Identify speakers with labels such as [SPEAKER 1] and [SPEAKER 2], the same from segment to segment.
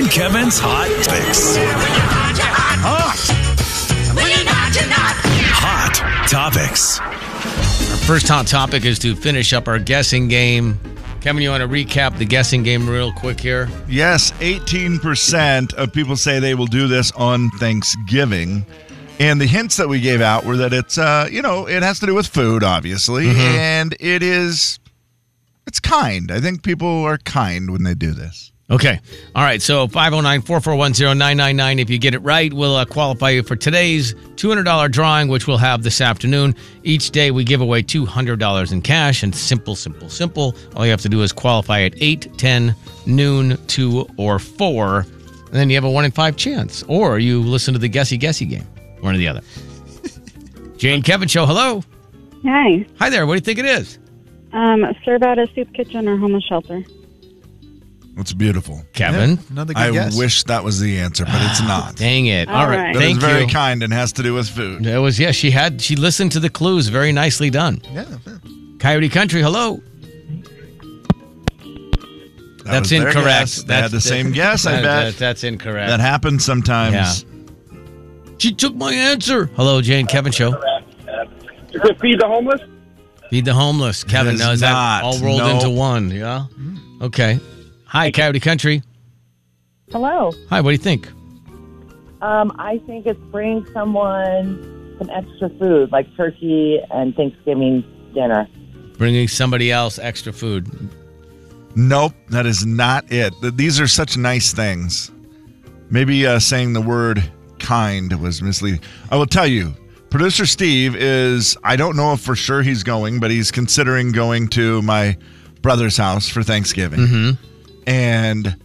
[SPEAKER 1] and Kevin's Hot Picks. Hot Topics.
[SPEAKER 2] First hot topic is to finish up our guessing game. Kevin, you want to recap the guessing game real quick here?
[SPEAKER 3] Yes, 18% of people say they will do this on Thanksgiving. And the hints that we gave out were that it's, uh, you know, it has to do with food, obviously. And it is, it's kind. I think people are kind when they do this.
[SPEAKER 2] Okay. All right. So 509 441 999. If you get it right, we'll uh, qualify you for today's $200 drawing, which we'll have this afternoon. Each day, we give away $200 in cash. And simple, simple, simple. All you have to do is qualify at 8, 10, noon, 2, or 4. And then you have a 1 in 5 chance. Or you listen to the Guessy Guessy game, one or the other. Jane Kevin Show. Hello.
[SPEAKER 4] Hi.
[SPEAKER 2] Hi there. What do you think it is?
[SPEAKER 4] Um, serve out a soup kitchen or homeless shelter.
[SPEAKER 3] It's beautiful.
[SPEAKER 2] Kevin.
[SPEAKER 5] Another good
[SPEAKER 3] I
[SPEAKER 5] guess.
[SPEAKER 3] wish that was the answer, but it's not.
[SPEAKER 2] Dang it.
[SPEAKER 4] All
[SPEAKER 2] All right.
[SPEAKER 4] right.
[SPEAKER 3] But
[SPEAKER 2] Thank
[SPEAKER 3] it's very
[SPEAKER 2] you.
[SPEAKER 3] kind and has to do with food.
[SPEAKER 2] It was, yeah, she had, she listened to the clues. Very nicely done.
[SPEAKER 5] Yeah. yeah.
[SPEAKER 2] Coyote Country, hello.
[SPEAKER 3] That
[SPEAKER 2] That's
[SPEAKER 3] was their
[SPEAKER 2] incorrect.
[SPEAKER 3] guess. They
[SPEAKER 2] That's
[SPEAKER 3] had the same guess, I
[SPEAKER 2] that-
[SPEAKER 3] bet.
[SPEAKER 2] that- that's incorrect.
[SPEAKER 3] That happens sometimes.
[SPEAKER 2] Yeah. she took my answer. Hello, Jane Kevin Show.
[SPEAKER 6] Is it feed the homeless?
[SPEAKER 2] Feed the homeless. Kevin,
[SPEAKER 3] is
[SPEAKER 2] now, is that
[SPEAKER 3] not.
[SPEAKER 2] all rolled
[SPEAKER 3] Nope.
[SPEAKER 2] into one? Yeah. Okay. Hi, Coyote Country.
[SPEAKER 7] Hello.
[SPEAKER 2] Hi, what do you think?
[SPEAKER 7] Um, I think it's bringing someone some extra food, like turkey and Thanksgiving dinner.
[SPEAKER 2] Bringing somebody else extra food.
[SPEAKER 3] Nope, that is not it. Th- These are such nice things. Maybe uh, saying the word kind was misleading. I will tell you, producer Steve is, I don't know if for sure he's going, but he's considering going to my brother's house for Thanksgiving. And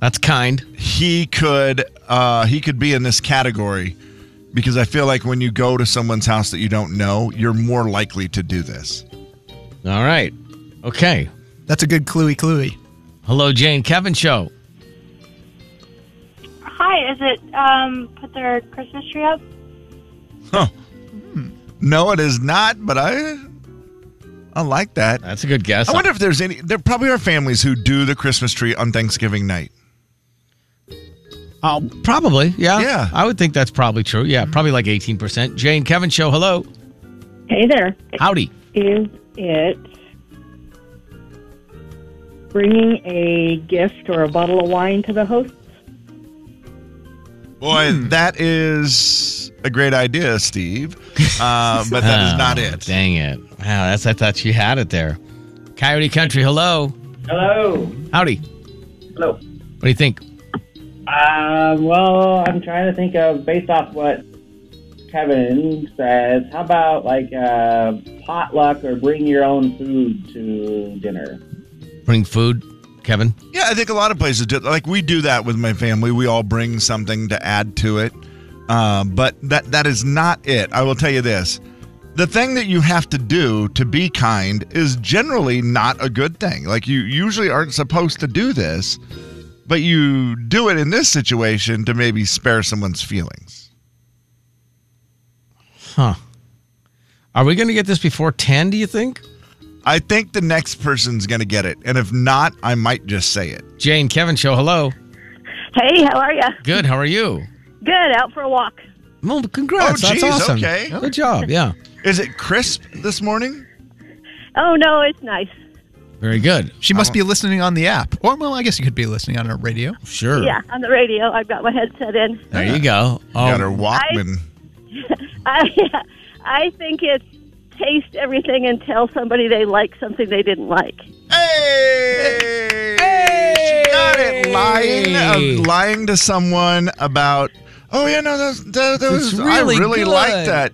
[SPEAKER 2] That's kind.
[SPEAKER 3] he could uh, he could be in this category because I feel like when you go to someone's house that you don't know, you're more likely to do this.
[SPEAKER 2] All right. Okay.
[SPEAKER 5] That's a good cluey cluey.
[SPEAKER 2] Hello, Jane Kevin Show.
[SPEAKER 8] Hi, is it um put their Christmas tree up?
[SPEAKER 3] No, it is not, but I I like that.
[SPEAKER 2] That's a good guess.
[SPEAKER 3] I wonder if there's any. There probably are families who do the Christmas tree on Thanksgiving night.
[SPEAKER 2] Oh, probably. Yeah.
[SPEAKER 3] Yeah.
[SPEAKER 2] I would think that's probably true. Yeah, probably like 18%. Jane Kevin Show, hello.
[SPEAKER 4] Hey there.
[SPEAKER 2] Howdy.
[SPEAKER 4] Is it bringing a gift or a bottle of wine to the host?
[SPEAKER 3] Boy,
[SPEAKER 2] Hmm.
[SPEAKER 3] that is a great idea, Steve. Uh, but that is
[SPEAKER 2] Oh,
[SPEAKER 3] not it.
[SPEAKER 2] Dang it. Wow, that's I thought you had it there. Coyote Country, hello.
[SPEAKER 9] Hello.
[SPEAKER 2] Howdy.
[SPEAKER 9] Hello.
[SPEAKER 2] What do you think?
[SPEAKER 9] Uh, well, I'm trying to think of based off what Kevin says. How about like uh, potluck or bring your own food to dinner?
[SPEAKER 2] Bring food, Kevin.
[SPEAKER 3] Yeah, I think a lot of places do. Like we do that with my family. We all bring something to add to it. Uh, but that that is not it. I will tell you this: the thing that you have to do to be kind is generally not a good thing. Like you usually aren't supposed to do this, but you do it in this situation to maybe spare someone's feelings.
[SPEAKER 2] Huh. Are we going to get this before 10, do you think?
[SPEAKER 3] I think the next person's gonna get it, and if not, I might just say it.
[SPEAKER 2] Jane Kevin Show, hello.
[SPEAKER 4] Hey, how are ya?
[SPEAKER 2] Good, how are you?
[SPEAKER 4] Good. Out for a walk.
[SPEAKER 2] Well, congrats.
[SPEAKER 3] Oh,
[SPEAKER 2] that's
[SPEAKER 3] geez,
[SPEAKER 2] awesome.
[SPEAKER 3] okay.
[SPEAKER 2] Good job. Yeah.
[SPEAKER 3] Is it crisp this morning?
[SPEAKER 4] Oh no, it's nice.
[SPEAKER 2] Very good.
[SPEAKER 5] She must be listening on the app. Or, well, I guess you could be listening on a radio.
[SPEAKER 2] Sure.
[SPEAKER 4] Yeah, on the radio. I've got my headset in.
[SPEAKER 2] There you go.
[SPEAKER 3] Got her
[SPEAKER 2] Oh,
[SPEAKER 3] Walkman.
[SPEAKER 4] I I think it's taste everything and tell somebody they like something they didn't like.
[SPEAKER 3] Hey! She got it. Lying, uh, lying to someone about. Oh yeah, no, that, that, that
[SPEAKER 2] It's
[SPEAKER 3] was. I
[SPEAKER 2] really
[SPEAKER 3] really
[SPEAKER 2] good."
[SPEAKER 3] like that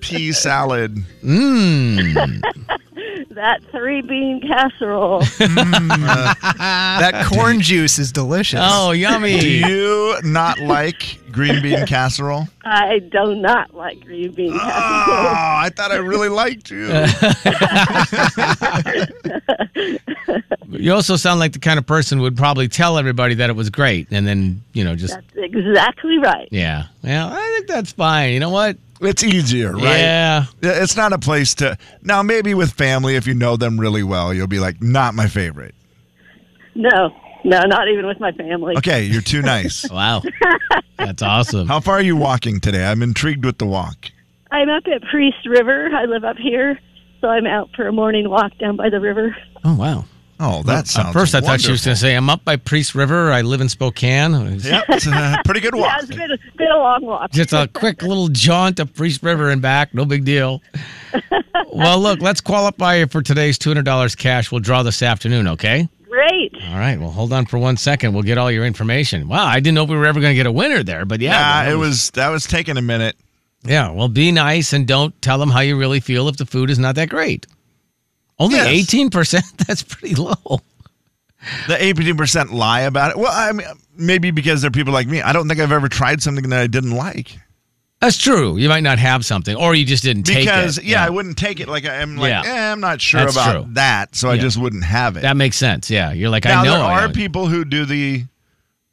[SPEAKER 3] pea salad.
[SPEAKER 2] mm.
[SPEAKER 4] That three bean casserole.
[SPEAKER 5] That corn juice is delicious.
[SPEAKER 2] oh,
[SPEAKER 3] Do
[SPEAKER 2] yummy.
[SPEAKER 3] you not like green bean casserole?
[SPEAKER 4] I do not like green bean
[SPEAKER 3] Oh,
[SPEAKER 4] casserole.
[SPEAKER 3] I thought I really liked you.
[SPEAKER 2] you also sound like the kind of person would probably tell everybody that it was great and then, you know, just
[SPEAKER 4] That's exactly right.
[SPEAKER 2] Yeah. Yeah, I think that's fine. You know what?
[SPEAKER 3] It's easier, right?
[SPEAKER 2] Yeah.
[SPEAKER 3] It's not a place to. Now maybe with family, if you know them really well, you'll be like, not my favorite.
[SPEAKER 4] No, No, not even with my family.
[SPEAKER 3] Okay, you're too nice.
[SPEAKER 2] Wow. That's awesome.
[SPEAKER 3] How far are you walking today? I'm intrigued with the walk.
[SPEAKER 4] I'm up at Priest River. I live up here, so I'm out for a morning walk down by the river.
[SPEAKER 2] Oh, wow.
[SPEAKER 3] Oh, that sounds.
[SPEAKER 2] At first, I thought she was going to
[SPEAKER 3] wonderful.
[SPEAKER 2] say, I'm up by Priest River. I live in Spokane.
[SPEAKER 3] Yep, it's a pretty good
[SPEAKER 4] Yeah,
[SPEAKER 3] walk.
[SPEAKER 4] it's been, been a long walk.
[SPEAKER 2] Just a quick little jaunt to Priest River and back. No big deal. Well, look, let's qualify you for today's $200 cash. We'll draw this afternoon, okay?
[SPEAKER 4] Great.
[SPEAKER 2] All right. Well, hold on for one second. We'll get all your information. Wow, I didn't know we were ever going to get a winner there, but yeah.
[SPEAKER 3] Yeah,
[SPEAKER 2] that
[SPEAKER 3] it was that was taking a minute.
[SPEAKER 2] Yeah, well, be nice and don't tell them how you really feel if the food is not that great. Only
[SPEAKER 3] Yes.
[SPEAKER 2] 18%? That's pretty low.
[SPEAKER 3] The eighteen percent lie about it. Well, I mean, maybe because they're people like me. I don't think I've ever tried something that I didn't like.
[SPEAKER 2] That's true. You might not have something, or you just didn't take
[SPEAKER 3] Because
[SPEAKER 2] it.
[SPEAKER 3] yeah, I wouldn't take it. Like I'm like,
[SPEAKER 2] Yeah.
[SPEAKER 3] eh, I'm not sure
[SPEAKER 2] That's
[SPEAKER 3] about
[SPEAKER 2] true.
[SPEAKER 3] that, so I
[SPEAKER 2] Yeah.
[SPEAKER 3] just wouldn't have it.
[SPEAKER 2] that makes sense. Yeah, you're like,
[SPEAKER 3] now
[SPEAKER 2] I know.
[SPEAKER 3] there
[SPEAKER 2] I
[SPEAKER 3] are
[SPEAKER 2] know.
[SPEAKER 3] people who do the,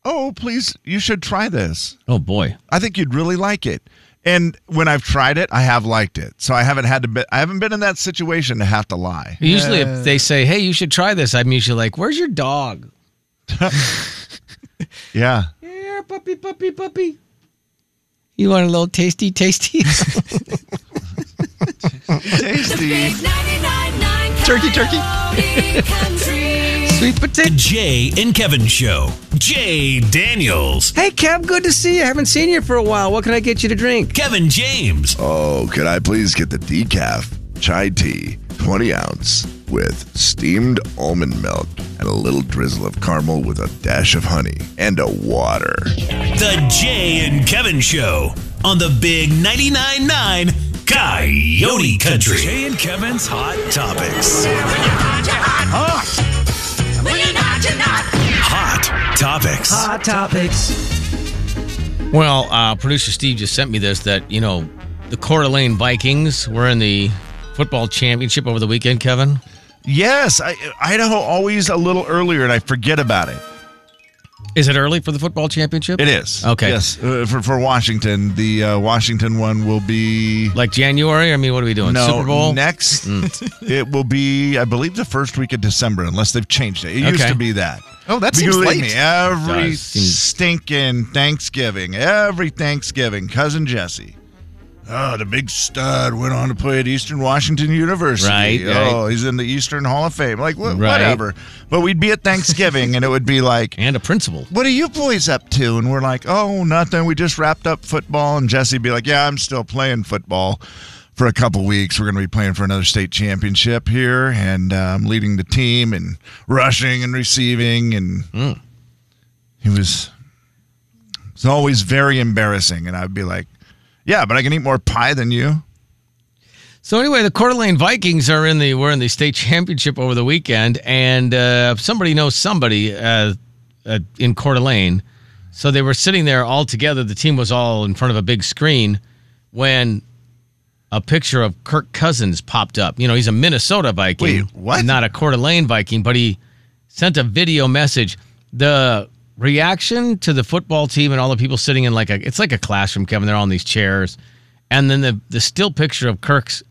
[SPEAKER 3] oh please, you should try this.
[SPEAKER 2] Oh boy,
[SPEAKER 3] I think you'd really like it. And when I've tried it, I have liked it. So I haven't had to. Be, I haven't been in that situation to have to lie.
[SPEAKER 2] usually
[SPEAKER 5] Yeah.
[SPEAKER 2] if they say, "Hey, you should try this," I'm usually like, "Where's your dog?"
[SPEAKER 3] Yeah.
[SPEAKER 2] Here, puppy, puppy, puppy. You want a little tasty, tasty?
[SPEAKER 3] Tasty.
[SPEAKER 5] Turkey, turkey.
[SPEAKER 2] Sweet potato.
[SPEAKER 1] Jay and Kevin Show. Jay Daniels.
[SPEAKER 2] Hey, Kev, good to see you. I haven't seen you for a while. What can I get you to drink?
[SPEAKER 1] Kevin James.
[SPEAKER 10] Oh, could I please get the decaf chai tea, 20 ounce, with steamed almond milk and a little drizzle of caramel with a dash of honey and a water?
[SPEAKER 1] The Jay and Kevin Show on the Big 99.9 9 Coyote Country. Jay and Kevin's Hot Topics. Hot Topics.
[SPEAKER 2] Well, uh, producer Steve just sent me this that, you know, the Coeur d'Alene Vikings were in the football championship over the weekend, Kevin.
[SPEAKER 3] Yes, I, Idaho always a little earlier, and I forget about it.
[SPEAKER 2] Is it early for the football championship?
[SPEAKER 3] It is
[SPEAKER 2] Okay.
[SPEAKER 3] Yes, uh, for for Washington, the uh, Washington one will be
[SPEAKER 2] Like January? I mean, what are we doing?
[SPEAKER 3] no
[SPEAKER 2] Super Bowl? Hmm.
[SPEAKER 3] next. it will be, I believe, the first week of December, unless they've changed it. It used
[SPEAKER 2] Okay.
[SPEAKER 3] to be that.
[SPEAKER 5] Oh, that
[SPEAKER 3] But
[SPEAKER 5] seems
[SPEAKER 3] believe me,
[SPEAKER 5] late.
[SPEAKER 3] every
[SPEAKER 2] Does seem-
[SPEAKER 3] stinking Thanksgiving, every Thanksgiving, cousin Jesse. Oh, the big stud went on to play at Eastern Washington University.
[SPEAKER 2] Right, right.
[SPEAKER 3] Oh, he's in the Eastern Hall of Fame. Like, wh-
[SPEAKER 2] Right.
[SPEAKER 3] whatever. But we'd be at Thanksgiving, and it would be like,
[SPEAKER 2] And a principal.
[SPEAKER 3] what are you boys up to? And we're like, oh, nothing. We just wrapped up football. And Jesse'd be like, yeah, I'm still playing football for a couple weeks. We're going to be playing for another state championship here. And uh, I'm leading the team and rushing and receiving. And
[SPEAKER 2] Hmm.
[SPEAKER 3] he was, it's always very embarrassing. And I'd be like, yeah, but I can eat more pie than you.
[SPEAKER 2] So anyway, the Coeur d'Alene Vikings are in the were in the state championship over the weekend, and uh, somebody knows somebody uh, uh, in Coeur d'Alene. So they were sitting there all together. The team was all in front of a big screen when a picture of Kirk Cousins popped up. You know, he's a Minnesota Viking,
[SPEAKER 3] Wait, what?
[SPEAKER 2] Not a Coeur d'Alene Viking, but he sent a video message. The reaction to the football team and all the people sitting in like a it's like a classroom, Kevin. They're all in these chairs, and then the the still picture of Kirk's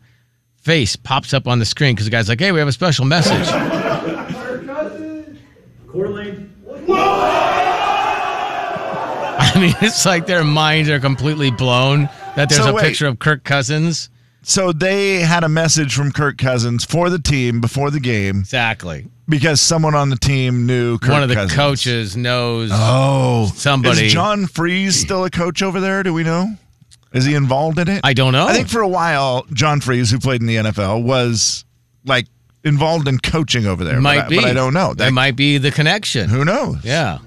[SPEAKER 2] face pops up on the screen because the guy's like, "Hey, we have a special message." I mean, it's like their minds are completely blown that there's
[SPEAKER 3] So
[SPEAKER 2] a
[SPEAKER 3] wait.
[SPEAKER 2] picture of Kirk Cousins.
[SPEAKER 3] So they had a message from Kirk Cousins for the team before the game
[SPEAKER 2] Exactly.
[SPEAKER 3] because someone on the team knew Kirk
[SPEAKER 2] One of the
[SPEAKER 3] Cousins.
[SPEAKER 2] coaches knows.
[SPEAKER 3] Oh,
[SPEAKER 2] Somebody-
[SPEAKER 3] Is John Freeze still a coach over there? Do we know? Is he involved in it?
[SPEAKER 2] I don't know.
[SPEAKER 3] I think for a while, John Freeze, who played in the NFL, was like involved in coaching over there.
[SPEAKER 2] might
[SPEAKER 3] but I,
[SPEAKER 2] be.
[SPEAKER 3] but I don't know.
[SPEAKER 2] That
[SPEAKER 3] That,
[SPEAKER 2] might be the connection.
[SPEAKER 3] who knows?
[SPEAKER 2] Yeah.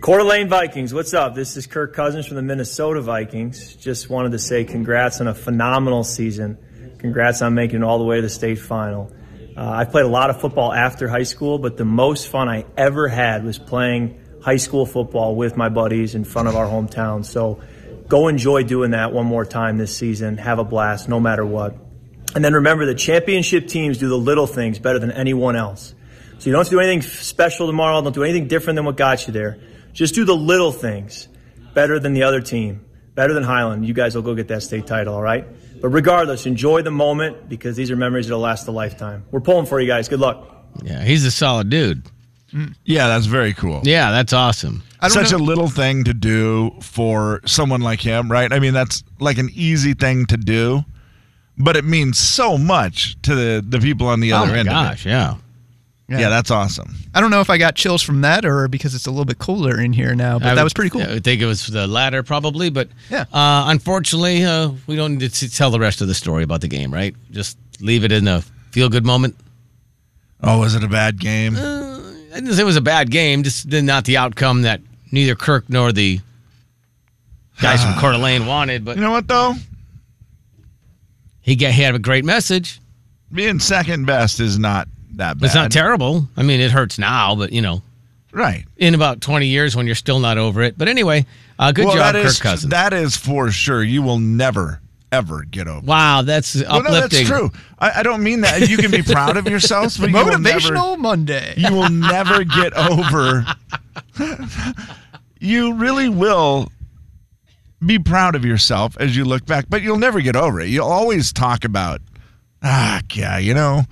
[SPEAKER 11] Coeur d'Alene Vikings, what's up? This is Kirk Cousins from the Minnesota Vikings. Just wanted to say congrats on a phenomenal season. Congrats on making it all the way to the state final. Uh, I played a lot of football after high school, but the most fun I ever had was playing high school football with my buddies in front of our hometown. So go enjoy doing that one more time this season. Have a blast no matter what. And then remember the championship teams do the little things better than anyone else. So you don't have to do anything special tomorrow. Don't do anything different than what got you there. Just do the little things better than the other team, better than Highland. You guys will go get that state title, all right? But regardless, enjoy the moment because these are memories that'll last a lifetime. We're pulling for you guys. Good luck.
[SPEAKER 2] Yeah. He's a solid dude.
[SPEAKER 3] Yeah, that's very cool.
[SPEAKER 2] Yeah, that's awesome. I don't
[SPEAKER 3] Such
[SPEAKER 2] know-
[SPEAKER 3] a little thing to do for someone like him, right? I mean, that's like an easy thing to do, but it means so much to the, the people on the
[SPEAKER 2] Oh
[SPEAKER 3] other
[SPEAKER 2] my
[SPEAKER 3] end.
[SPEAKER 2] gosh, yeah.
[SPEAKER 3] yeah.
[SPEAKER 5] Yeah.
[SPEAKER 3] Yeah, that's awesome.
[SPEAKER 5] I don't know if I got chills from that or because it's a little bit cooler in here now,
[SPEAKER 2] I
[SPEAKER 5] but that
[SPEAKER 2] would-
[SPEAKER 5] was pretty cool.
[SPEAKER 2] I would think it was the latter, probably. But yeah. uh, unfortunately, uh, we don't need to tell the rest of the story about the game, right? Just leave it in a feel good moment.
[SPEAKER 3] Oh, was it a bad game?
[SPEAKER 2] I didn't say it was a bad game, just then not the outcome that neither Kirk nor the guys from Coeur d'Alene wanted. But
[SPEAKER 3] you know what, though?
[SPEAKER 2] He, got, he had a great message.
[SPEAKER 3] Being second best is not that bad.
[SPEAKER 2] It's not terrible. I mean, it hurts now, but you know,
[SPEAKER 3] Right.
[SPEAKER 2] in about 20 years when you're still not over it. But anyway, uh, good
[SPEAKER 3] well,
[SPEAKER 2] job,
[SPEAKER 3] that
[SPEAKER 2] Kirk
[SPEAKER 3] is-
[SPEAKER 2] Cousins.
[SPEAKER 3] That is for sure. You will never, ever get over.
[SPEAKER 2] wow, that's
[SPEAKER 3] Well, no, that's
[SPEAKER 2] uplifting.
[SPEAKER 3] true. I, I don't mean that. You can be proud of yourselves, but
[SPEAKER 5] Motivational
[SPEAKER 3] You will never,
[SPEAKER 5] Monday.
[SPEAKER 3] you will never get over. you really will be proud of yourself as you look back, but you'll never get over it. You'll always talk about, ah, yeah, you know,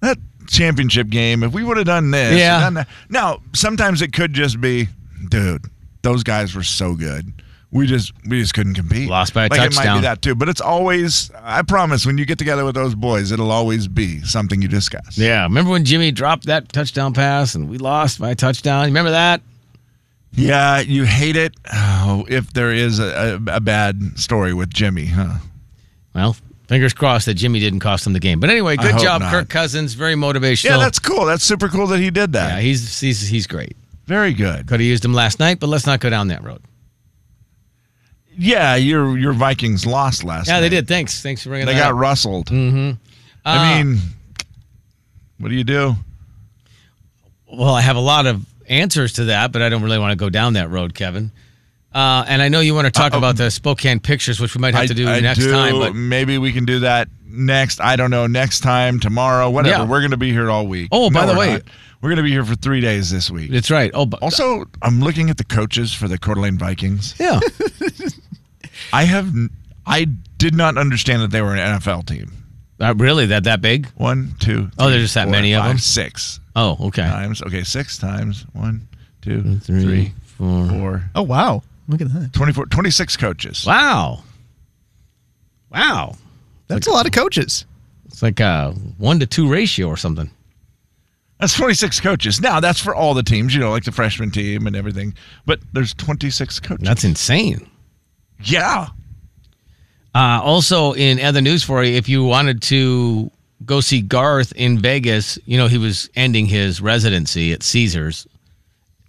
[SPEAKER 3] that championship game. If we would have done this,
[SPEAKER 2] Yeah.
[SPEAKER 3] done that. Now, sometimes it could just be, dude, those guys were so good. We just we just couldn't compete.
[SPEAKER 2] Lost by a
[SPEAKER 3] like it might be
[SPEAKER 2] touchdown.
[SPEAKER 3] that too, but it's always. I promise, when you get together with those boys, it'll always be something you discuss.
[SPEAKER 2] Yeah, remember when Jimmy dropped that touchdown pass and we lost by a touchdown? You Remember that?
[SPEAKER 3] Yeah, you hate it. Oh, if there is a, a, a bad story with Jimmy, huh?
[SPEAKER 2] Well, fingers crossed that Jimmy didn't cost him the game. But anyway,
[SPEAKER 3] I
[SPEAKER 2] good
[SPEAKER 3] hope
[SPEAKER 2] job,
[SPEAKER 3] not.
[SPEAKER 2] Kirk Cousins. Very motivational.
[SPEAKER 3] Yeah, that's cool. That's super cool that he did that.
[SPEAKER 2] Yeah, he's he's he's great.
[SPEAKER 3] Very good.
[SPEAKER 2] Could have used him last night, but let's not go down that road.
[SPEAKER 3] Yeah, your your Vikings lost last.
[SPEAKER 2] yeah,
[SPEAKER 3] night.
[SPEAKER 2] they did. Thanks, thanks for bringing
[SPEAKER 3] They
[SPEAKER 2] that.
[SPEAKER 3] got
[SPEAKER 2] up.
[SPEAKER 3] rustled.
[SPEAKER 2] Mhm.
[SPEAKER 3] I mean, what do you do?
[SPEAKER 2] Well, I have a lot of answers to that, but I don't really want to go down that road, Kevin. Uh, and I know you want to talk about the Spokane pictures, which we might have to do
[SPEAKER 3] I
[SPEAKER 2] next
[SPEAKER 3] do.
[SPEAKER 2] time. But
[SPEAKER 3] maybe we can do that next. I don't know. Next time, tomorrow,
[SPEAKER 2] Yeah.
[SPEAKER 3] whatever. We're going to be here all week.
[SPEAKER 2] Oh, by the
[SPEAKER 3] we're
[SPEAKER 2] way-
[SPEAKER 3] not. we're going to be here for three days this week.
[SPEAKER 2] that's right. Oh, but
[SPEAKER 3] Also, I'm looking at the coaches for the Coeur d'Alene Vikings.
[SPEAKER 2] yeah.
[SPEAKER 3] I have, n- I did not understand that they were an NFL team.
[SPEAKER 2] Uh, really, that that big?
[SPEAKER 3] One, two.
[SPEAKER 2] Oh,
[SPEAKER 3] three,
[SPEAKER 2] there's just that
[SPEAKER 3] four,
[SPEAKER 2] many of
[SPEAKER 3] five,
[SPEAKER 2] them?
[SPEAKER 3] Six
[SPEAKER 2] Oh, okay.
[SPEAKER 3] times. Okay, six times. One, two,
[SPEAKER 2] Three,
[SPEAKER 3] three,
[SPEAKER 2] four.
[SPEAKER 3] four.
[SPEAKER 5] Oh, wow. Look at that.
[SPEAKER 3] 24, 26 coaches.
[SPEAKER 2] Wow. Wow.
[SPEAKER 5] That's a lot of coaches.
[SPEAKER 2] It's like a one to two ratio or something.
[SPEAKER 3] That's 26 coaches. Now, that's for all the teams, you know, like the freshman team and everything. But there's 26 coaches.
[SPEAKER 2] That's insane.
[SPEAKER 3] yeah.
[SPEAKER 2] Uh, also, in other news for you, if you wanted to go see Garth in Vegas, you know, he was ending his residency at Caesars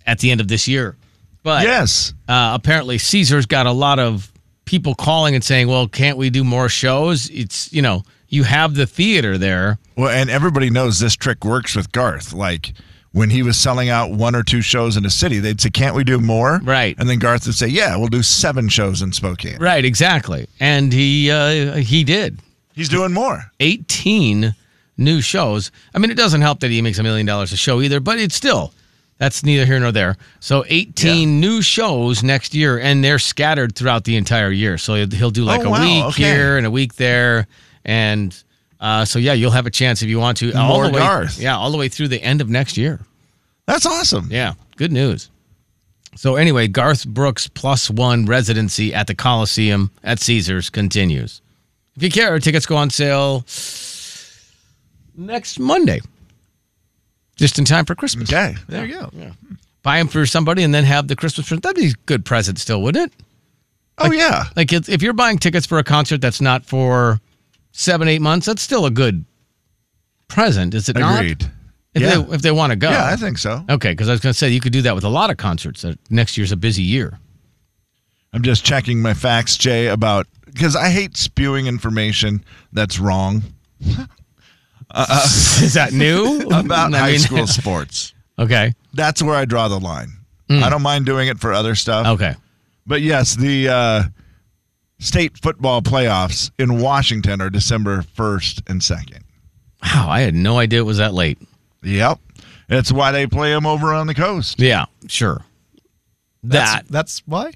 [SPEAKER 2] at the end of this year. But
[SPEAKER 3] yes.
[SPEAKER 2] uh, apparently, Caesars got a lot of people calling and saying, well, can't we do more shows? It's, you know, you have the theater there.
[SPEAKER 3] Well, and everybody knows this trick works with Garth. Like when he was selling out one or two shows in a city, they'd say, Can't we do more?
[SPEAKER 2] Right.
[SPEAKER 3] And then Garth would say, Yeah, we'll do seven shows in Spokane.
[SPEAKER 2] Right, exactly. And he uh, he did.
[SPEAKER 3] He's doing more.
[SPEAKER 2] 18 new shows. I mean, it doesn't help that he makes a million dollars a show either, but it's still that's neither here nor there. So 18 new shows next year, and they're scattered throughout the entire year. So he'll- he'll do like
[SPEAKER 3] Oh,
[SPEAKER 2] a
[SPEAKER 3] wow,
[SPEAKER 2] week
[SPEAKER 3] okay.
[SPEAKER 2] here and a week there, and uh, so yeah, you'll have a chance if you want to. all
[SPEAKER 3] More
[SPEAKER 2] the way,
[SPEAKER 3] Garth.
[SPEAKER 2] yeah, all the way through the end of next year.
[SPEAKER 3] That's awesome.
[SPEAKER 2] Yeah, good news. So anyway, Garth Brooks plus one residency at the Coliseum at Caesars continues. If you care, tickets go on sale next Monday, just in time for Christmas.
[SPEAKER 3] Okay.
[SPEAKER 5] There you go.
[SPEAKER 2] Buy them for somebody and then have the Christmas present. That'd be a good present still, wouldn't it?
[SPEAKER 3] Oh, yeah.
[SPEAKER 2] Like if if you're buying tickets for a concert that's not for seven, eight months, that's still a good present, is it not?
[SPEAKER 3] Agreed.
[SPEAKER 2] If,
[SPEAKER 3] Yeah.
[SPEAKER 2] they, if they want to go.
[SPEAKER 3] Yeah, I think so.
[SPEAKER 2] Okay, because I was going to say you could do that with a lot of concerts. Uh, Next year's a busy year.
[SPEAKER 3] I'm just checking my facts, Jay, about because I hate spewing information that's wrong
[SPEAKER 2] Is that new
[SPEAKER 3] about
[SPEAKER 2] I
[SPEAKER 3] high
[SPEAKER 2] mean-
[SPEAKER 3] school sports.
[SPEAKER 2] Okay,
[SPEAKER 3] That's where I draw the line. I don't mind doing it for other stuff.
[SPEAKER 2] okay.
[SPEAKER 3] But yes, the uh, state football playoffs in Washington are December 1st and 2nd.
[SPEAKER 2] Wow, I had no idea it was that late.
[SPEAKER 3] Yep. That's why they play them over on the coast.
[SPEAKER 2] Yeah, sure. That
[SPEAKER 5] That's, that's why?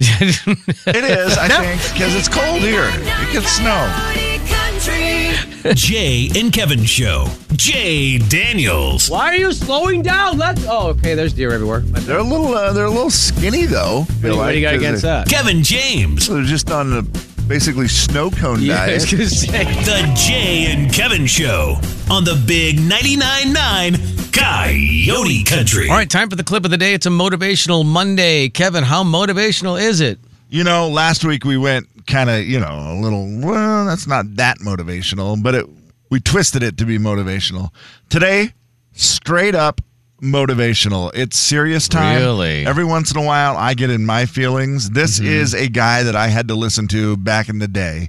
[SPEAKER 3] It is, I think, because it's cold here. It gets snow.
[SPEAKER 12] Coyote Country.
[SPEAKER 1] Jay and Kevin Show. Jay Daniels.
[SPEAKER 12] Why are you slowing down? Let's. Oh, okay. There's deer everywhere.
[SPEAKER 10] They're a little. Uh, they're a little skinny though.
[SPEAKER 12] do you- what do you got against that?
[SPEAKER 1] Kevin James.
[SPEAKER 10] they're just on a basically snow cone
[SPEAKER 1] Yeah, I
[SPEAKER 10] diet.
[SPEAKER 1] was gonna The Jay and Kevin Show on the Big 99.9 9 Coyote Country.
[SPEAKER 2] All right, time for the clip of the day. It's a motivational Monday. Kevin, how motivational is it?
[SPEAKER 3] You know, last week we went kind of, you know, a little, well, that's not that motivational, but it, we twisted it to be motivational. Today, straight up motivational. It's serious time.
[SPEAKER 2] Really?
[SPEAKER 3] Every once in a while, I get in my feelings. This
[SPEAKER 12] Mm-hmm.
[SPEAKER 3] is a guy that I had to listen to back in the day,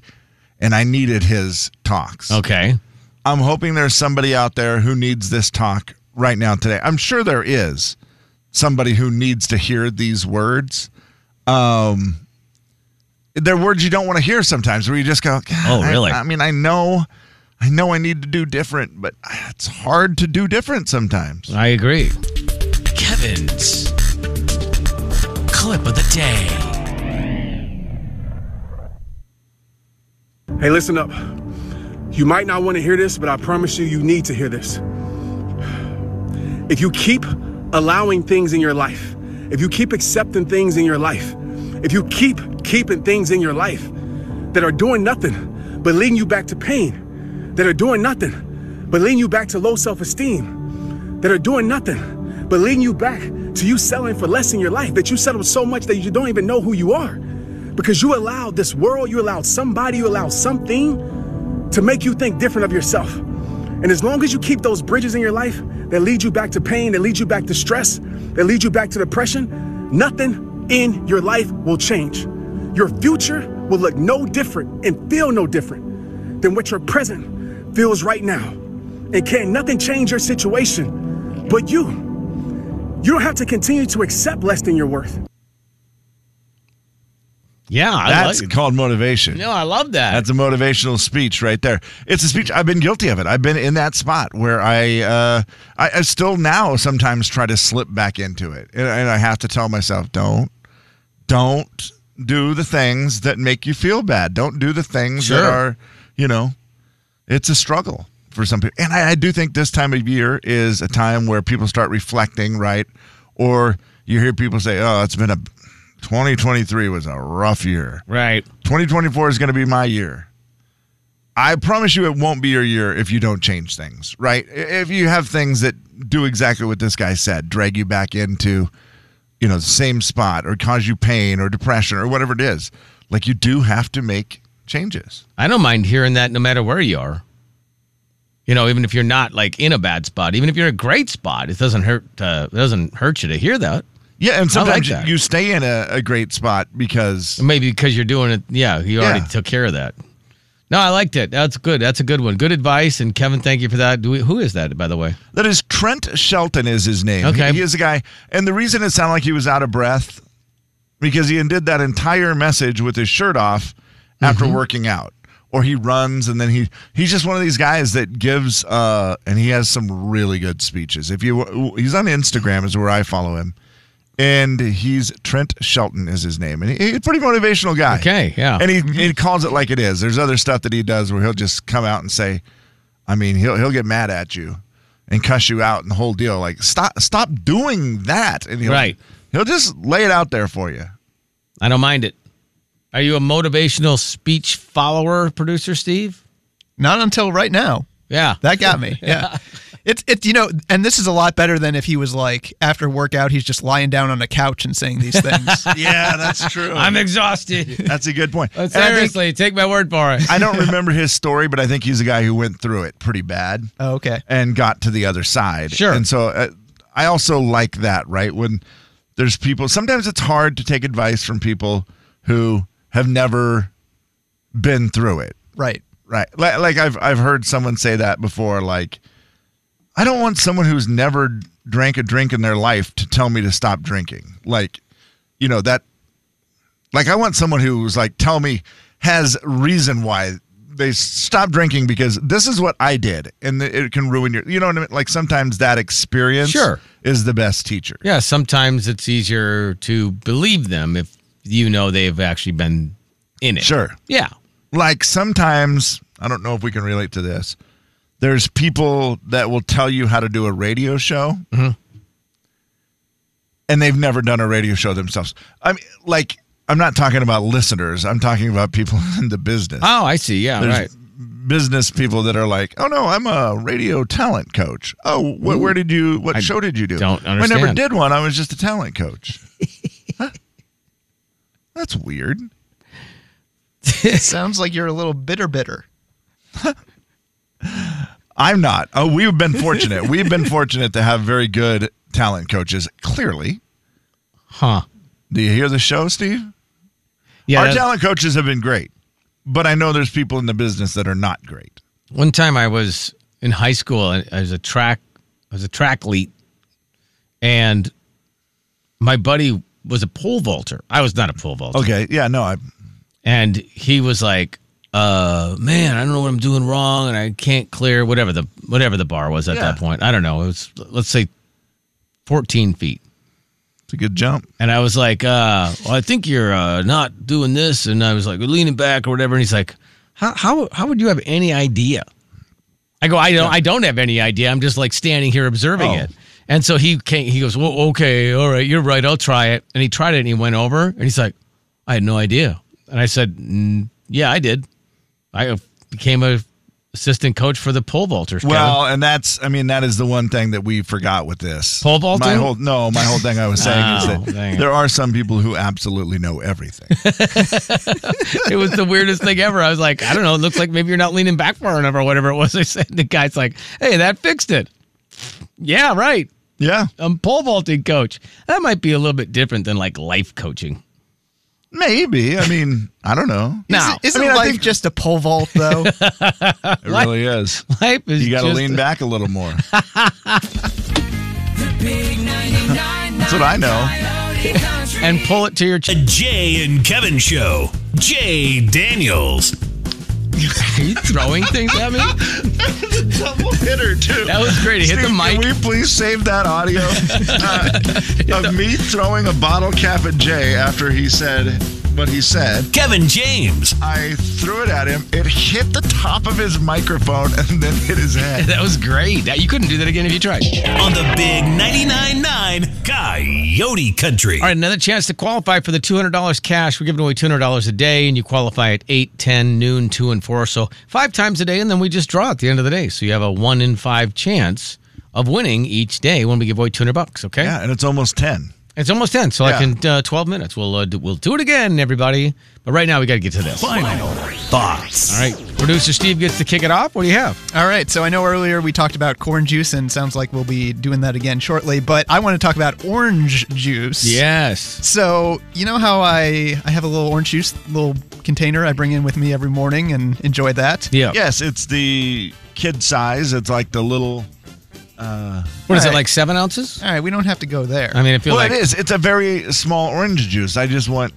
[SPEAKER 3] and I needed his talks.
[SPEAKER 2] Okay.
[SPEAKER 3] I'm hoping there's somebody out there who needs this talk right now today. I'm sure there is somebody who needs to hear these words. Um, they're words you don't want to hear sometimes, where you just go, "God,
[SPEAKER 2] Oh,
[SPEAKER 3] I-
[SPEAKER 2] really?
[SPEAKER 3] I, mean, I know, I know, I need to do different, but it's hard to do different sometimes.
[SPEAKER 2] I agree.
[SPEAKER 1] Kevin's clip of the day.
[SPEAKER 13] Hey, listen up. You might not want to hear this, but I promise you, you need to hear this. If you keep allowing things in your life, if you keep accepting things in your life, if you keep keeping things in your life that are doing nothing but leading you back to pain, that are doing nothing but leading you back to low self esteem, that are doing nothing but leading you back to you selling for less in your life, that you settle so much that you don't even know who you are because you allowed this world, you allowed somebody, you allowed something to make you think different of yourself. And as long as you keep those bridges in your life that lead you back to pain, that lead you back to stress, that lead you back to depression, nothing in your life will change. Your future will look no different and feel no different than what your present feels right now. And can nothing change your situation but you? You don't have to continue to accept less than your worth.
[SPEAKER 2] Yeah, I
[SPEAKER 3] That's
[SPEAKER 2] like-
[SPEAKER 3] called motivation.
[SPEAKER 2] No, I love that.
[SPEAKER 3] That's a motivational speech right there. It's a speech. I've been guilty of it. I've been in that spot where I, uh, I, I still now sometimes try to slip back into it, and, and I have to tell myself, don't, don't do the things that make you feel bad. Don't do the things that
[SPEAKER 2] Sure.
[SPEAKER 3] are, you know, it's a struggle for some people. And I, I do think this time of year is a time where people start reflecting, right? Or you hear people say, "Oh, it's been a 2023 was a rough year."
[SPEAKER 2] Right.
[SPEAKER 3] 2024 is going to be my year. I promise you it won't be your year if you don't change things, right? I- If you have things that do exactly what this guy said, drag you back into, you know, the same spot or cause you pain or depression or whatever it is, like you do have to make changes.
[SPEAKER 2] I don't mind hearing that no matter where you are. You know, even if you're not like in a bad spot, even if you're in a great spot, it doesn't hurt. Uh, it doesn't hurt you to hear that.
[SPEAKER 3] Yeah,
[SPEAKER 2] I
[SPEAKER 3] and
[SPEAKER 2] like
[SPEAKER 3] sometimes
[SPEAKER 2] that.
[SPEAKER 3] you stay in a, a great spot because
[SPEAKER 2] maybe because you're doing it. Yeah, you already
[SPEAKER 3] Yeah.
[SPEAKER 2] took care of that. No, I liked it. That's good. That's a good one. Good advice. And Kevin, thank you for that. Do we, who is that, by the way?
[SPEAKER 3] That is Trent Shelton is his name.
[SPEAKER 2] Okay.
[SPEAKER 3] He, he is a guy, and the reason it sounded like he was out of breath because he did that entire message with his shirt off after
[SPEAKER 2] Mm-hmm.
[SPEAKER 3] working out, or he runs and then he he's just one of these guys that gives uh, and he has some really good speeches. If you he's on Instagram is where I follow him, and he's Trent Shelton is his name, and he, he's a pretty motivational guy.
[SPEAKER 2] Okay, yeah.
[SPEAKER 3] and he he calls it like it is. There's other stuff that he does where he'll just come out and say, I mean, he'll he'll get mad at you and cuss you out and the whole deal. Like stop stop doing that. And he'll,
[SPEAKER 2] Right.
[SPEAKER 3] He'll just lay it out there for you.
[SPEAKER 2] I don't mind it. Are you a motivational speech follower, producer Steve?
[SPEAKER 5] Not until right now.
[SPEAKER 2] Yeah.
[SPEAKER 5] That got me. Yeah. It's it you know, and this is a lot better than if he was like after workout he's just lying down on a couch and saying these things.
[SPEAKER 3] yeah, that's true.
[SPEAKER 2] I'm exhausted.
[SPEAKER 3] That's a good point. And I think-
[SPEAKER 2] Seriously, take my word for it.
[SPEAKER 3] I don't remember his story, but I think he's a guy who went through it pretty bad.
[SPEAKER 5] Oh, okay.
[SPEAKER 3] And got to the other side.
[SPEAKER 2] Sure.
[SPEAKER 3] And so uh, I also like that, right? When there's people, sometimes it's hard to take advice from people who have never been through it.
[SPEAKER 5] Right.
[SPEAKER 3] Right. Like, like I've I've heard someone say that before. Like, I don't want someone who's never drank a drink in their life to tell me to stop drinking. Like, you know that. Like, I want someone who's like tell me has reason why they stop drinking because this is what I did, and it can ruin your. You know what I mean? Like sometimes that experience
[SPEAKER 2] Sure.
[SPEAKER 3] is the best teacher.
[SPEAKER 2] Yeah, sometimes it's easier to believe them if you know they've actually been in it.
[SPEAKER 3] Sure.
[SPEAKER 2] Yeah.
[SPEAKER 3] Like sometimes I don't know if we can relate to this. There's people that will tell you how to do a radio show, and they've never done a radio show themselves. I mean, like, I'm not talking about listeners. I'm talking about people in the business.
[SPEAKER 2] Oh, I see. Yeah,
[SPEAKER 3] There's
[SPEAKER 2] right.
[SPEAKER 3] Business people that are like, oh no, I'm a radio talent coach. Oh, wh- where did you? What
[SPEAKER 2] I
[SPEAKER 3] show did you do?
[SPEAKER 2] don't
[SPEAKER 3] I never
[SPEAKER 2] understand.
[SPEAKER 3] did one. I was just a talent coach. Huh? That's weird.
[SPEAKER 5] Sounds like you're a little bitter, bitter.
[SPEAKER 3] I'm not. Oh, we've been fortunate. we've been fortunate to have very good talent coaches. Clearly,
[SPEAKER 2] huh?
[SPEAKER 3] Do you hear the show, Steve?
[SPEAKER 2] Yeah,
[SPEAKER 3] our
[SPEAKER 2] that-
[SPEAKER 3] talent coaches have been great, but I know there's people in the business that are not great.
[SPEAKER 2] One time I was in high school and I was a track I was a track lead and my buddy was a pole vaulter. I was not a pole vaulter.
[SPEAKER 3] Okay, yeah, no, I
[SPEAKER 2] And he was like, uh, man, I don't know what I'm doing wrong and I can't clear whatever the whatever the bar was at
[SPEAKER 3] Yeah.
[SPEAKER 2] that point. I don't know. It was let's say 14 feet.
[SPEAKER 3] It's a good jump.
[SPEAKER 2] And I was like, uh, well, I think you're uh, not doing this. And I was like, leaning back or whatever. And he's like, how, how, how would you have any idea? I go, I don't, I don't have any idea. I'm just like standing here observing it. And so he came, he goes, well, okay, all right, you're right. I'll try it. And he tried it and he went over and he's like, I had no idea. And I said, mm, yeah, I did. I became a assistant coach for the pole vaulters. Kevin.
[SPEAKER 3] Well, and that's I mean that is the one thing that we forgot with this
[SPEAKER 2] Pole vaulting?
[SPEAKER 3] My whole no, my whole thing I was saying
[SPEAKER 2] Oh, dang
[SPEAKER 3] is that
[SPEAKER 2] it.
[SPEAKER 3] there are some people who absolutely know everything.
[SPEAKER 2] it was the weirdest thing ever. I was like, I don't know. It looks like maybe you're not leaning back far enough or whatever it was. I said, the guy's like, hey, that fixed it. Yeah, right.
[SPEAKER 3] Yeah.
[SPEAKER 2] I'm pole vaulting coach. That might be a little bit different than like life coaching.
[SPEAKER 3] Maybe I mean I don't know.
[SPEAKER 2] No.
[SPEAKER 5] Isn't, isn't
[SPEAKER 2] I mean, I
[SPEAKER 5] life
[SPEAKER 2] think-
[SPEAKER 5] just a pole vault, though?
[SPEAKER 3] It really is.
[SPEAKER 2] Life is
[SPEAKER 3] you got to
[SPEAKER 2] just-
[SPEAKER 3] lean back a little more. That's what I know.
[SPEAKER 2] and pull it to your
[SPEAKER 1] The Jay and Kevin Show. Jay Daniels.
[SPEAKER 2] Are you throwing things at me?
[SPEAKER 3] Double hitter too.
[SPEAKER 2] That was great. He hit the
[SPEAKER 3] Steve,
[SPEAKER 2] mic.
[SPEAKER 3] Can we please save that audio uh, of me throwing a bottle cap at Jay after he said what he said?
[SPEAKER 1] Kevin James.
[SPEAKER 3] I threw it at him. It hit the top of his microphone and then hit his head.
[SPEAKER 2] That was great. That- You couldn't do that again if you tried.
[SPEAKER 1] On the big 99.9 Coyote Country.
[SPEAKER 2] All right, another chance to qualify for the $200 cash. We're giving away $200 a day, and you qualify at 8, 10, noon, 2, and 4. So five times a day, and then we just draw at the end of the day. So you have a 1 in 5 chance of winning each day when we give away 200 bucks. okay?
[SPEAKER 3] Yeah, and it's almost 10.
[SPEAKER 2] It's almost 10, so like
[SPEAKER 3] Yeah.
[SPEAKER 2] in uh, 12 minutes, we'll, uh, do, we'll do it again, everybody. But right now, we got to get to this.
[SPEAKER 1] Final thoughts.
[SPEAKER 2] All right, producer Steve gets to kick it off. What do you have?
[SPEAKER 5] All right, so I know earlier we talked about corn juice, and sounds like we'll be doing that again shortly, but I want to talk about orange juice.
[SPEAKER 2] Yes.
[SPEAKER 5] So, you know how I, I have a little orange juice, little container I bring in with me every morning and enjoy that?
[SPEAKER 2] Yeah.
[SPEAKER 3] Yes, it's the kid size. It's like the little. Uh,
[SPEAKER 2] What is
[SPEAKER 5] All
[SPEAKER 2] it,
[SPEAKER 5] right.
[SPEAKER 2] like 7 ounces?
[SPEAKER 5] All right, we don't have to go there.
[SPEAKER 2] I mean, I feel
[SPEAKER 3] well,
[SPEAKER 2] like.
[SPEAKER 3] it is. It's a very small orange juice. I just want.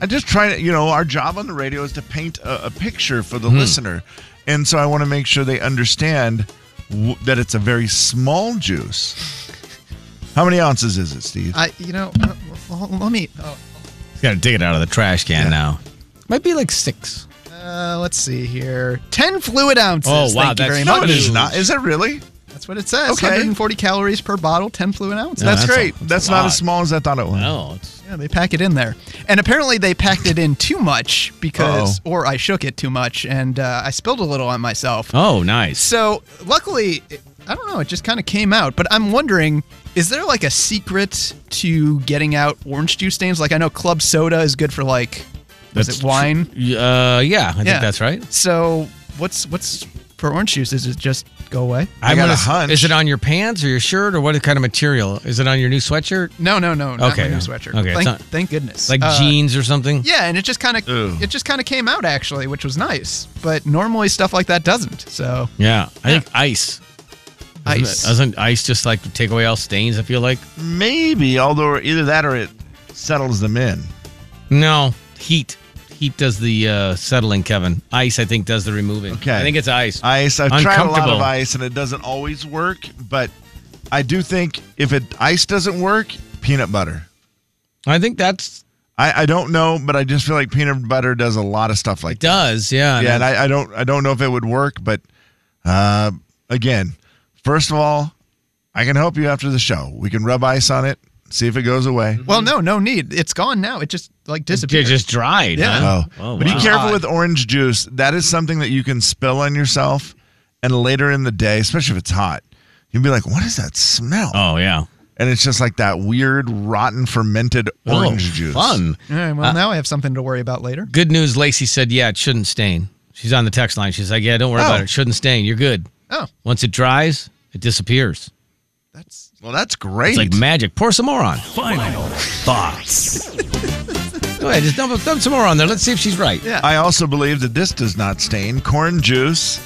[SPEAKER 3] I just try to, you know, our job on the radio is to paint a, a picture for
[SPEAKER 2] Hmm.
[SPEAKER 3] the listener. And so I want to make sure they understand w- that it's a very small juice. How many ounces is it, Steve?
[SPEAKER 5] I, you know, uh, well, let me, oh,
[SPEAKER 2] Got to dig it out of the trash can now. Might be like 6.
[SPEAKER 5] uh, let's see here. 10 fluid ounces.
[SPEAKER 2] Oh, wow,
[SPEAKER 5] Thank you
[SPEAKER 2] that's-
[SPEAKER 5] very
[SPEAKER 2] No,
[SPEAKER 5] much.
[SPEAKER 3] it is not. Is it really?
[SPEAKER 5] That's what it says.
[SPEAKER 3] Okay.
[SPEAKER 5] 140 calories per bottle, 10 fluid ounces.
[SPEAKER 2] No,
[SPEAKER 3] that's,
[SPEAKER 2] that's a-
[SPEAKER 3] great.
[SPEAKER 2] that's a
[SPEAKER 3] that's not
[SPEAKER 2] lot.
[SPEAKER 3] as small as I thought it was.
[SPEAKER 2] No, Oh, it's
[SPEAKER 5] Yeah, they pack it in there. And apparently they packed it in too much because, or I shook it too much and uh, I spilled a little on myself.
[SPEAKER 2] Oh, nice.
[SPEAKER 5] So luckily, it- I don't know, it just kind of came out. But I'm wondering, is there like a secret to getting out orange juice stains? Like I know club soda is good for like, was
[SPEAKER 2] That's
[SPEAKER 5] it wine?
[SPEAKER 2] Uh, yeah, I think that's right.
[SPEAKER 5] So what's, what's for orange juice? Is it just go away?
[SPEAKER 3] I got
[SPEAKER 2] gonna
[SPEAKER 3] a
[SPEAKER 2] s-
[SPEAKER 3] hunch.
[SPEAKER 2] Is it on your pants or your shirt or what kind of material? Is it on your new sweatshirt?
[SPEAKER 5] No, no, no. Not
[SPEAKER 2] Okay,
[SPEAKER 5] my new
[SPEAKER 2] no.
[SPEAKER 5] sweatshirt.
[SPEAKER 2] Okay, it's
[SPEAKER 5] Thank,
[SPEAKER 2] not-
[SPEAKER 5] thank goodness.
[SPEAKER 2] Like
[SPEAKER 5] Uh,
[SPEAKER 2] jeans or something?
[SPEAKER 5] Yeah, and it just kind of
[SPEAKER 3] Ew.
[SPEAKER 5] it just kind of came out actually, which was nice. But normally stuff like that doesn't. So
[SPEAKER 2] Yeah, I think ice. Doesn't it-
[SPEAKER 5] Ice.
[SPEAKER 2] Doesn't ice just like take away all stains, I feel like?
[SPEAKER 3] Maybe, although either that or it settles them in.
[SPEAKER 2] No, heat. Heat does the uh, settling, Kevin. Ice, I think, does the removing.
[SPEAKER 3] Okay.
[SPEAKER 2] I think it's ice.
[SPEAKER 3] Ice. I've tried a lot of
[SPEAKER 2] Uncomfortable.
[SPEAKER 3] ice, and it doesn't always work. But I do think if it ice doesn't work, peanut butter.
[SPEAKER 2] I think that's
[SPEAKER 3] I, I don't know, but I just feel like peanut butter does a lot of stuff like it
[SPEAKER 2] does, yeah.
[SPEAKER 3] Yeah, and I, I don't I don't know if it would work, but uh, again, first of all, I can help you after the show. We can rub ice on it, see if it goes away.
[SPEAKER 5] Well, no, no need. It's gone now. It just like disappeared.
[SPEAKER 2] It just dried.
[SPEAKER 5] Yeah.
[SPEAKER 2] huh?
[SPEAKER 3] Oh. but be
[SPEAKER 2] wow.
[SPEAKER 3] careful with orange juice. That is something that you can spill on yourself, and later in the day, especially if it's hot, you'll be like, "What is that smell?"
[SPEAKER 2] Oh yeah.
[SPEAKER 3] And it's just like that weird, rotten, fermented
[SPEAKER 2] Oh,
[SPEAKER 3] orange juice.
[SPEAKER 2] Fun.
[SPEAKER 5] All right, well,
[SPEAKER 2] Uh,
[SPEAKER 5] now I have something to worry about later.
[SPEAKER 2] Good news, Lacey said, yeah, it shouldn't stain. She's on the text line. She's like, yeah, don't worry
[SPEAKER 5] Oh.
[SPEAKER 2] about it. It shouldn't stain. You're good.
[SPEAKER 5] Oh.
[SPEAKER 2] Once it dries, it disappears.
[SPEAKER 3] Well, that's
[SPEAKER 2] It's
[SPEAKER 3] great.
[SPEAKER 2] like magic. Pour some more on.
[SPEAKER 1] Final thoughts.
[SPEAKER 2] Go ahead, just dump, dump some more on there. Let's see if she's right.
[SPEAKER 5] Yeah.
[SPEAKER 3] I also believe that this does not stain corn juice.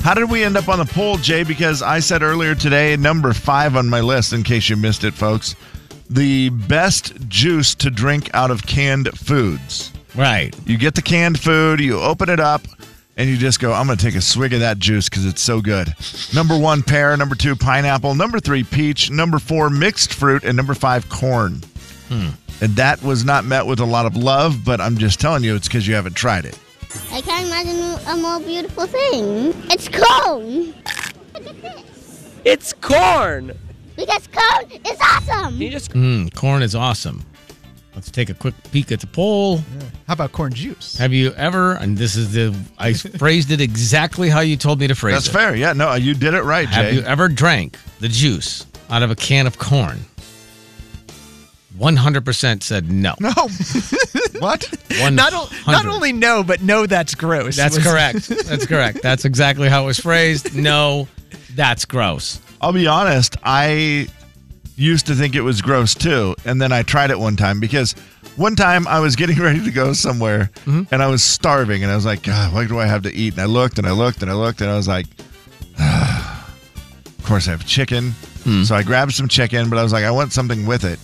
[SPEAKER 3] How did we end up on the poll, Jay? Because I said earlier today, number five on my list, in case you missed it, folks, the best juice to drink out of canned foods.
[SPEAKER 2] Right.
[SPEAKER 3] You get the canned food, you open it up, and you just go, I'm going to take a swig of that juice because it's so good. Number one, pear. Number two, pineapple. Number three, peach. Number four, mixed fruit. And number five, corn.
[SPEAKER 2] Hmm.
[SPEAKER 3] And that was not met with a lot of love, but I'm just telling you, it's because you haven't tried it.
[SPEAKER 14] I can't imagine a more beautiful thing. It's corn.
[SPEAKER 12] It's corn.
[SPEAKER 14] Because corn is awesome.
[SPEAKER 12] You just
[SPEAKER 2] Mm, corn is awesome. Let's take a quick peek at the poll.
[SPEAKER 5] How about corn juice?
[SPEAKER 2] Have you ever, and this is the, I phrased it exactly how you told me to phrase
[SPEAKER 3] That's
[SPEAKER 2] it.
[SPEAKER 3] fair. Yeah, no, you did it right,
[SPEAKER 2] Have
[SPEAKER 3] Jay.
[SPEAKER 2] you ever drank the juice out of a can of corn? 100% said no.
[SPEAKER 5] No.
[SPEAKER 3] what?
[SPEAKER 5] Oh, Not, o- not
[SPEAKER 2] 100.
[SPEAKER 5] only no, but no, that's gross.
[SPEAKER 2] That's
[SPEAKER 5] was-
[SPEAKER 2] correct. That's correct. That's exactly how it was phrased. No, that's gross.
[SPEAKER 3] I'll be honest, I used to think it was gross too. And then I tried it one time because one time I was getting ready to go somewhere and I was starving and I was like, God, what do I have to eat? And I looked and I looked and I looked and I was like, "Ah, of course I have chicken. So I grabbed some chicken, but I was like, I want something with it.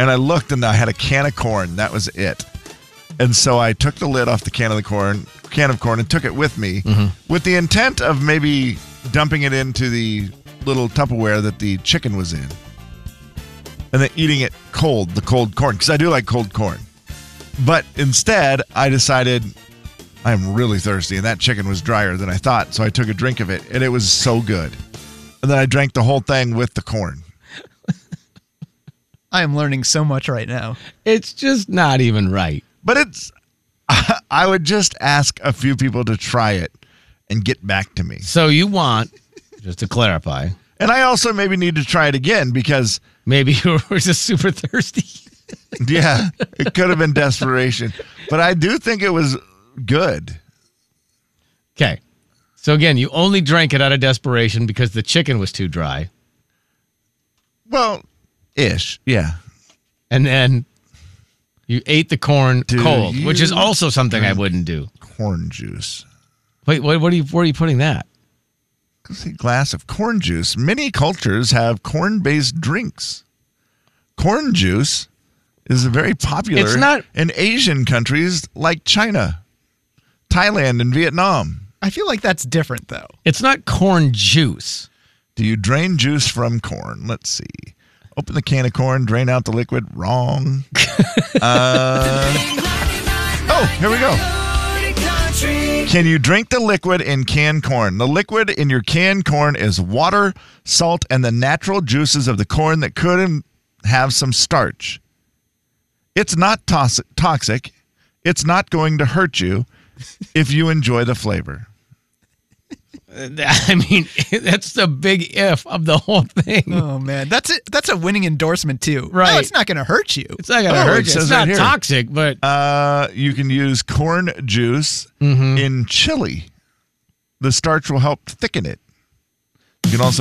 [SPEAKER 3] And I looked and I had a can of corn. That was it. And so I took the lid off the can of the corn, can of corn, and took it with me, with the intent of maybe dumping it into the little Tupperware that the chicken was in, and then eating it cold, the cold corn, because I do like cold corn. But instead, I decided I'm really thirsty, and that chicken was drier than I thought, so I took a drink of it, and it was so good. And then I drank the whole thing with the corn.
[SPEAKER 5] I am learning so much right now.
[SPEAKER 2] It's just not even right.
[SPEAKER 3] But it's, I would just ask a few people to try it and get back to me.
[SPEAKER 2] So you want, just to clarify,
[SPEAKER 3] And I also maybe need to try it again because
[SPEAKER 2] maybe you were just super thirsty.
[SPEAKER 3] yeah, it could have been desperation, but I do think it was good.
[SPEAKER 2] Okay. So again, you only drank it out of desperation because the chicken was too dry.
[SPEAKER 3] Well, ish, yeah.
[SPEAKER 2] And then you ate the corn cold, which is
[SPEAKER 3] you
[SPEAKER 2] also something I wouldn't do.
[SPEAKER 3] Corn juice.
[SPEAKER 2] Wait, what, what are you, where are you putting that?
[SPEAKER 3] See, glass of corn juice. Many cultures have corn-based drinks. Corn juice is very popular
[SPEAKER 2] It's not-
[SPEAKER 3] in Asian countries like China, Thailand, and Vietnam.
[SPEAKER 5] I feel like that's different, though.
[SPEAKER 2] It's not corn juice.
[SPEAKER 3] Do you drain juice from corn? Let's see. Open the can of corn, drain out the liquid. Wrong. uh, oh, here we go. Can you drink the liquid in canned corn? The liquid in your canned corn is water, salt, and the natural juices of the corn that could have some starch. It's not tos- toxic. It's not going to hurt you if you enjoy the flavor.
[SPEAKER 2] I mean, that's the big if of the whole thing.
[SPEAKER 5] Oh man, that's it. That's a winning endorsement too. No,
[SPEAKER 2] Right.
[SPEAKER 5] it's not going to hurt you.
[SPEAKER 2] It's not gonna
[SPEAKER 3] Oh, it
[SPEAKER 2] hurt you.
[SPEAKER 3] says
[SPEAKER 2] It's
[SPEAKER 3] right
[SPEAKER 2] not
[SPEAKER 3] here.
[SPEAKER 2] toxic, but
[SPEAKER 3] Uh, you can use corn juice in chili. The starch will help thicken it. You can also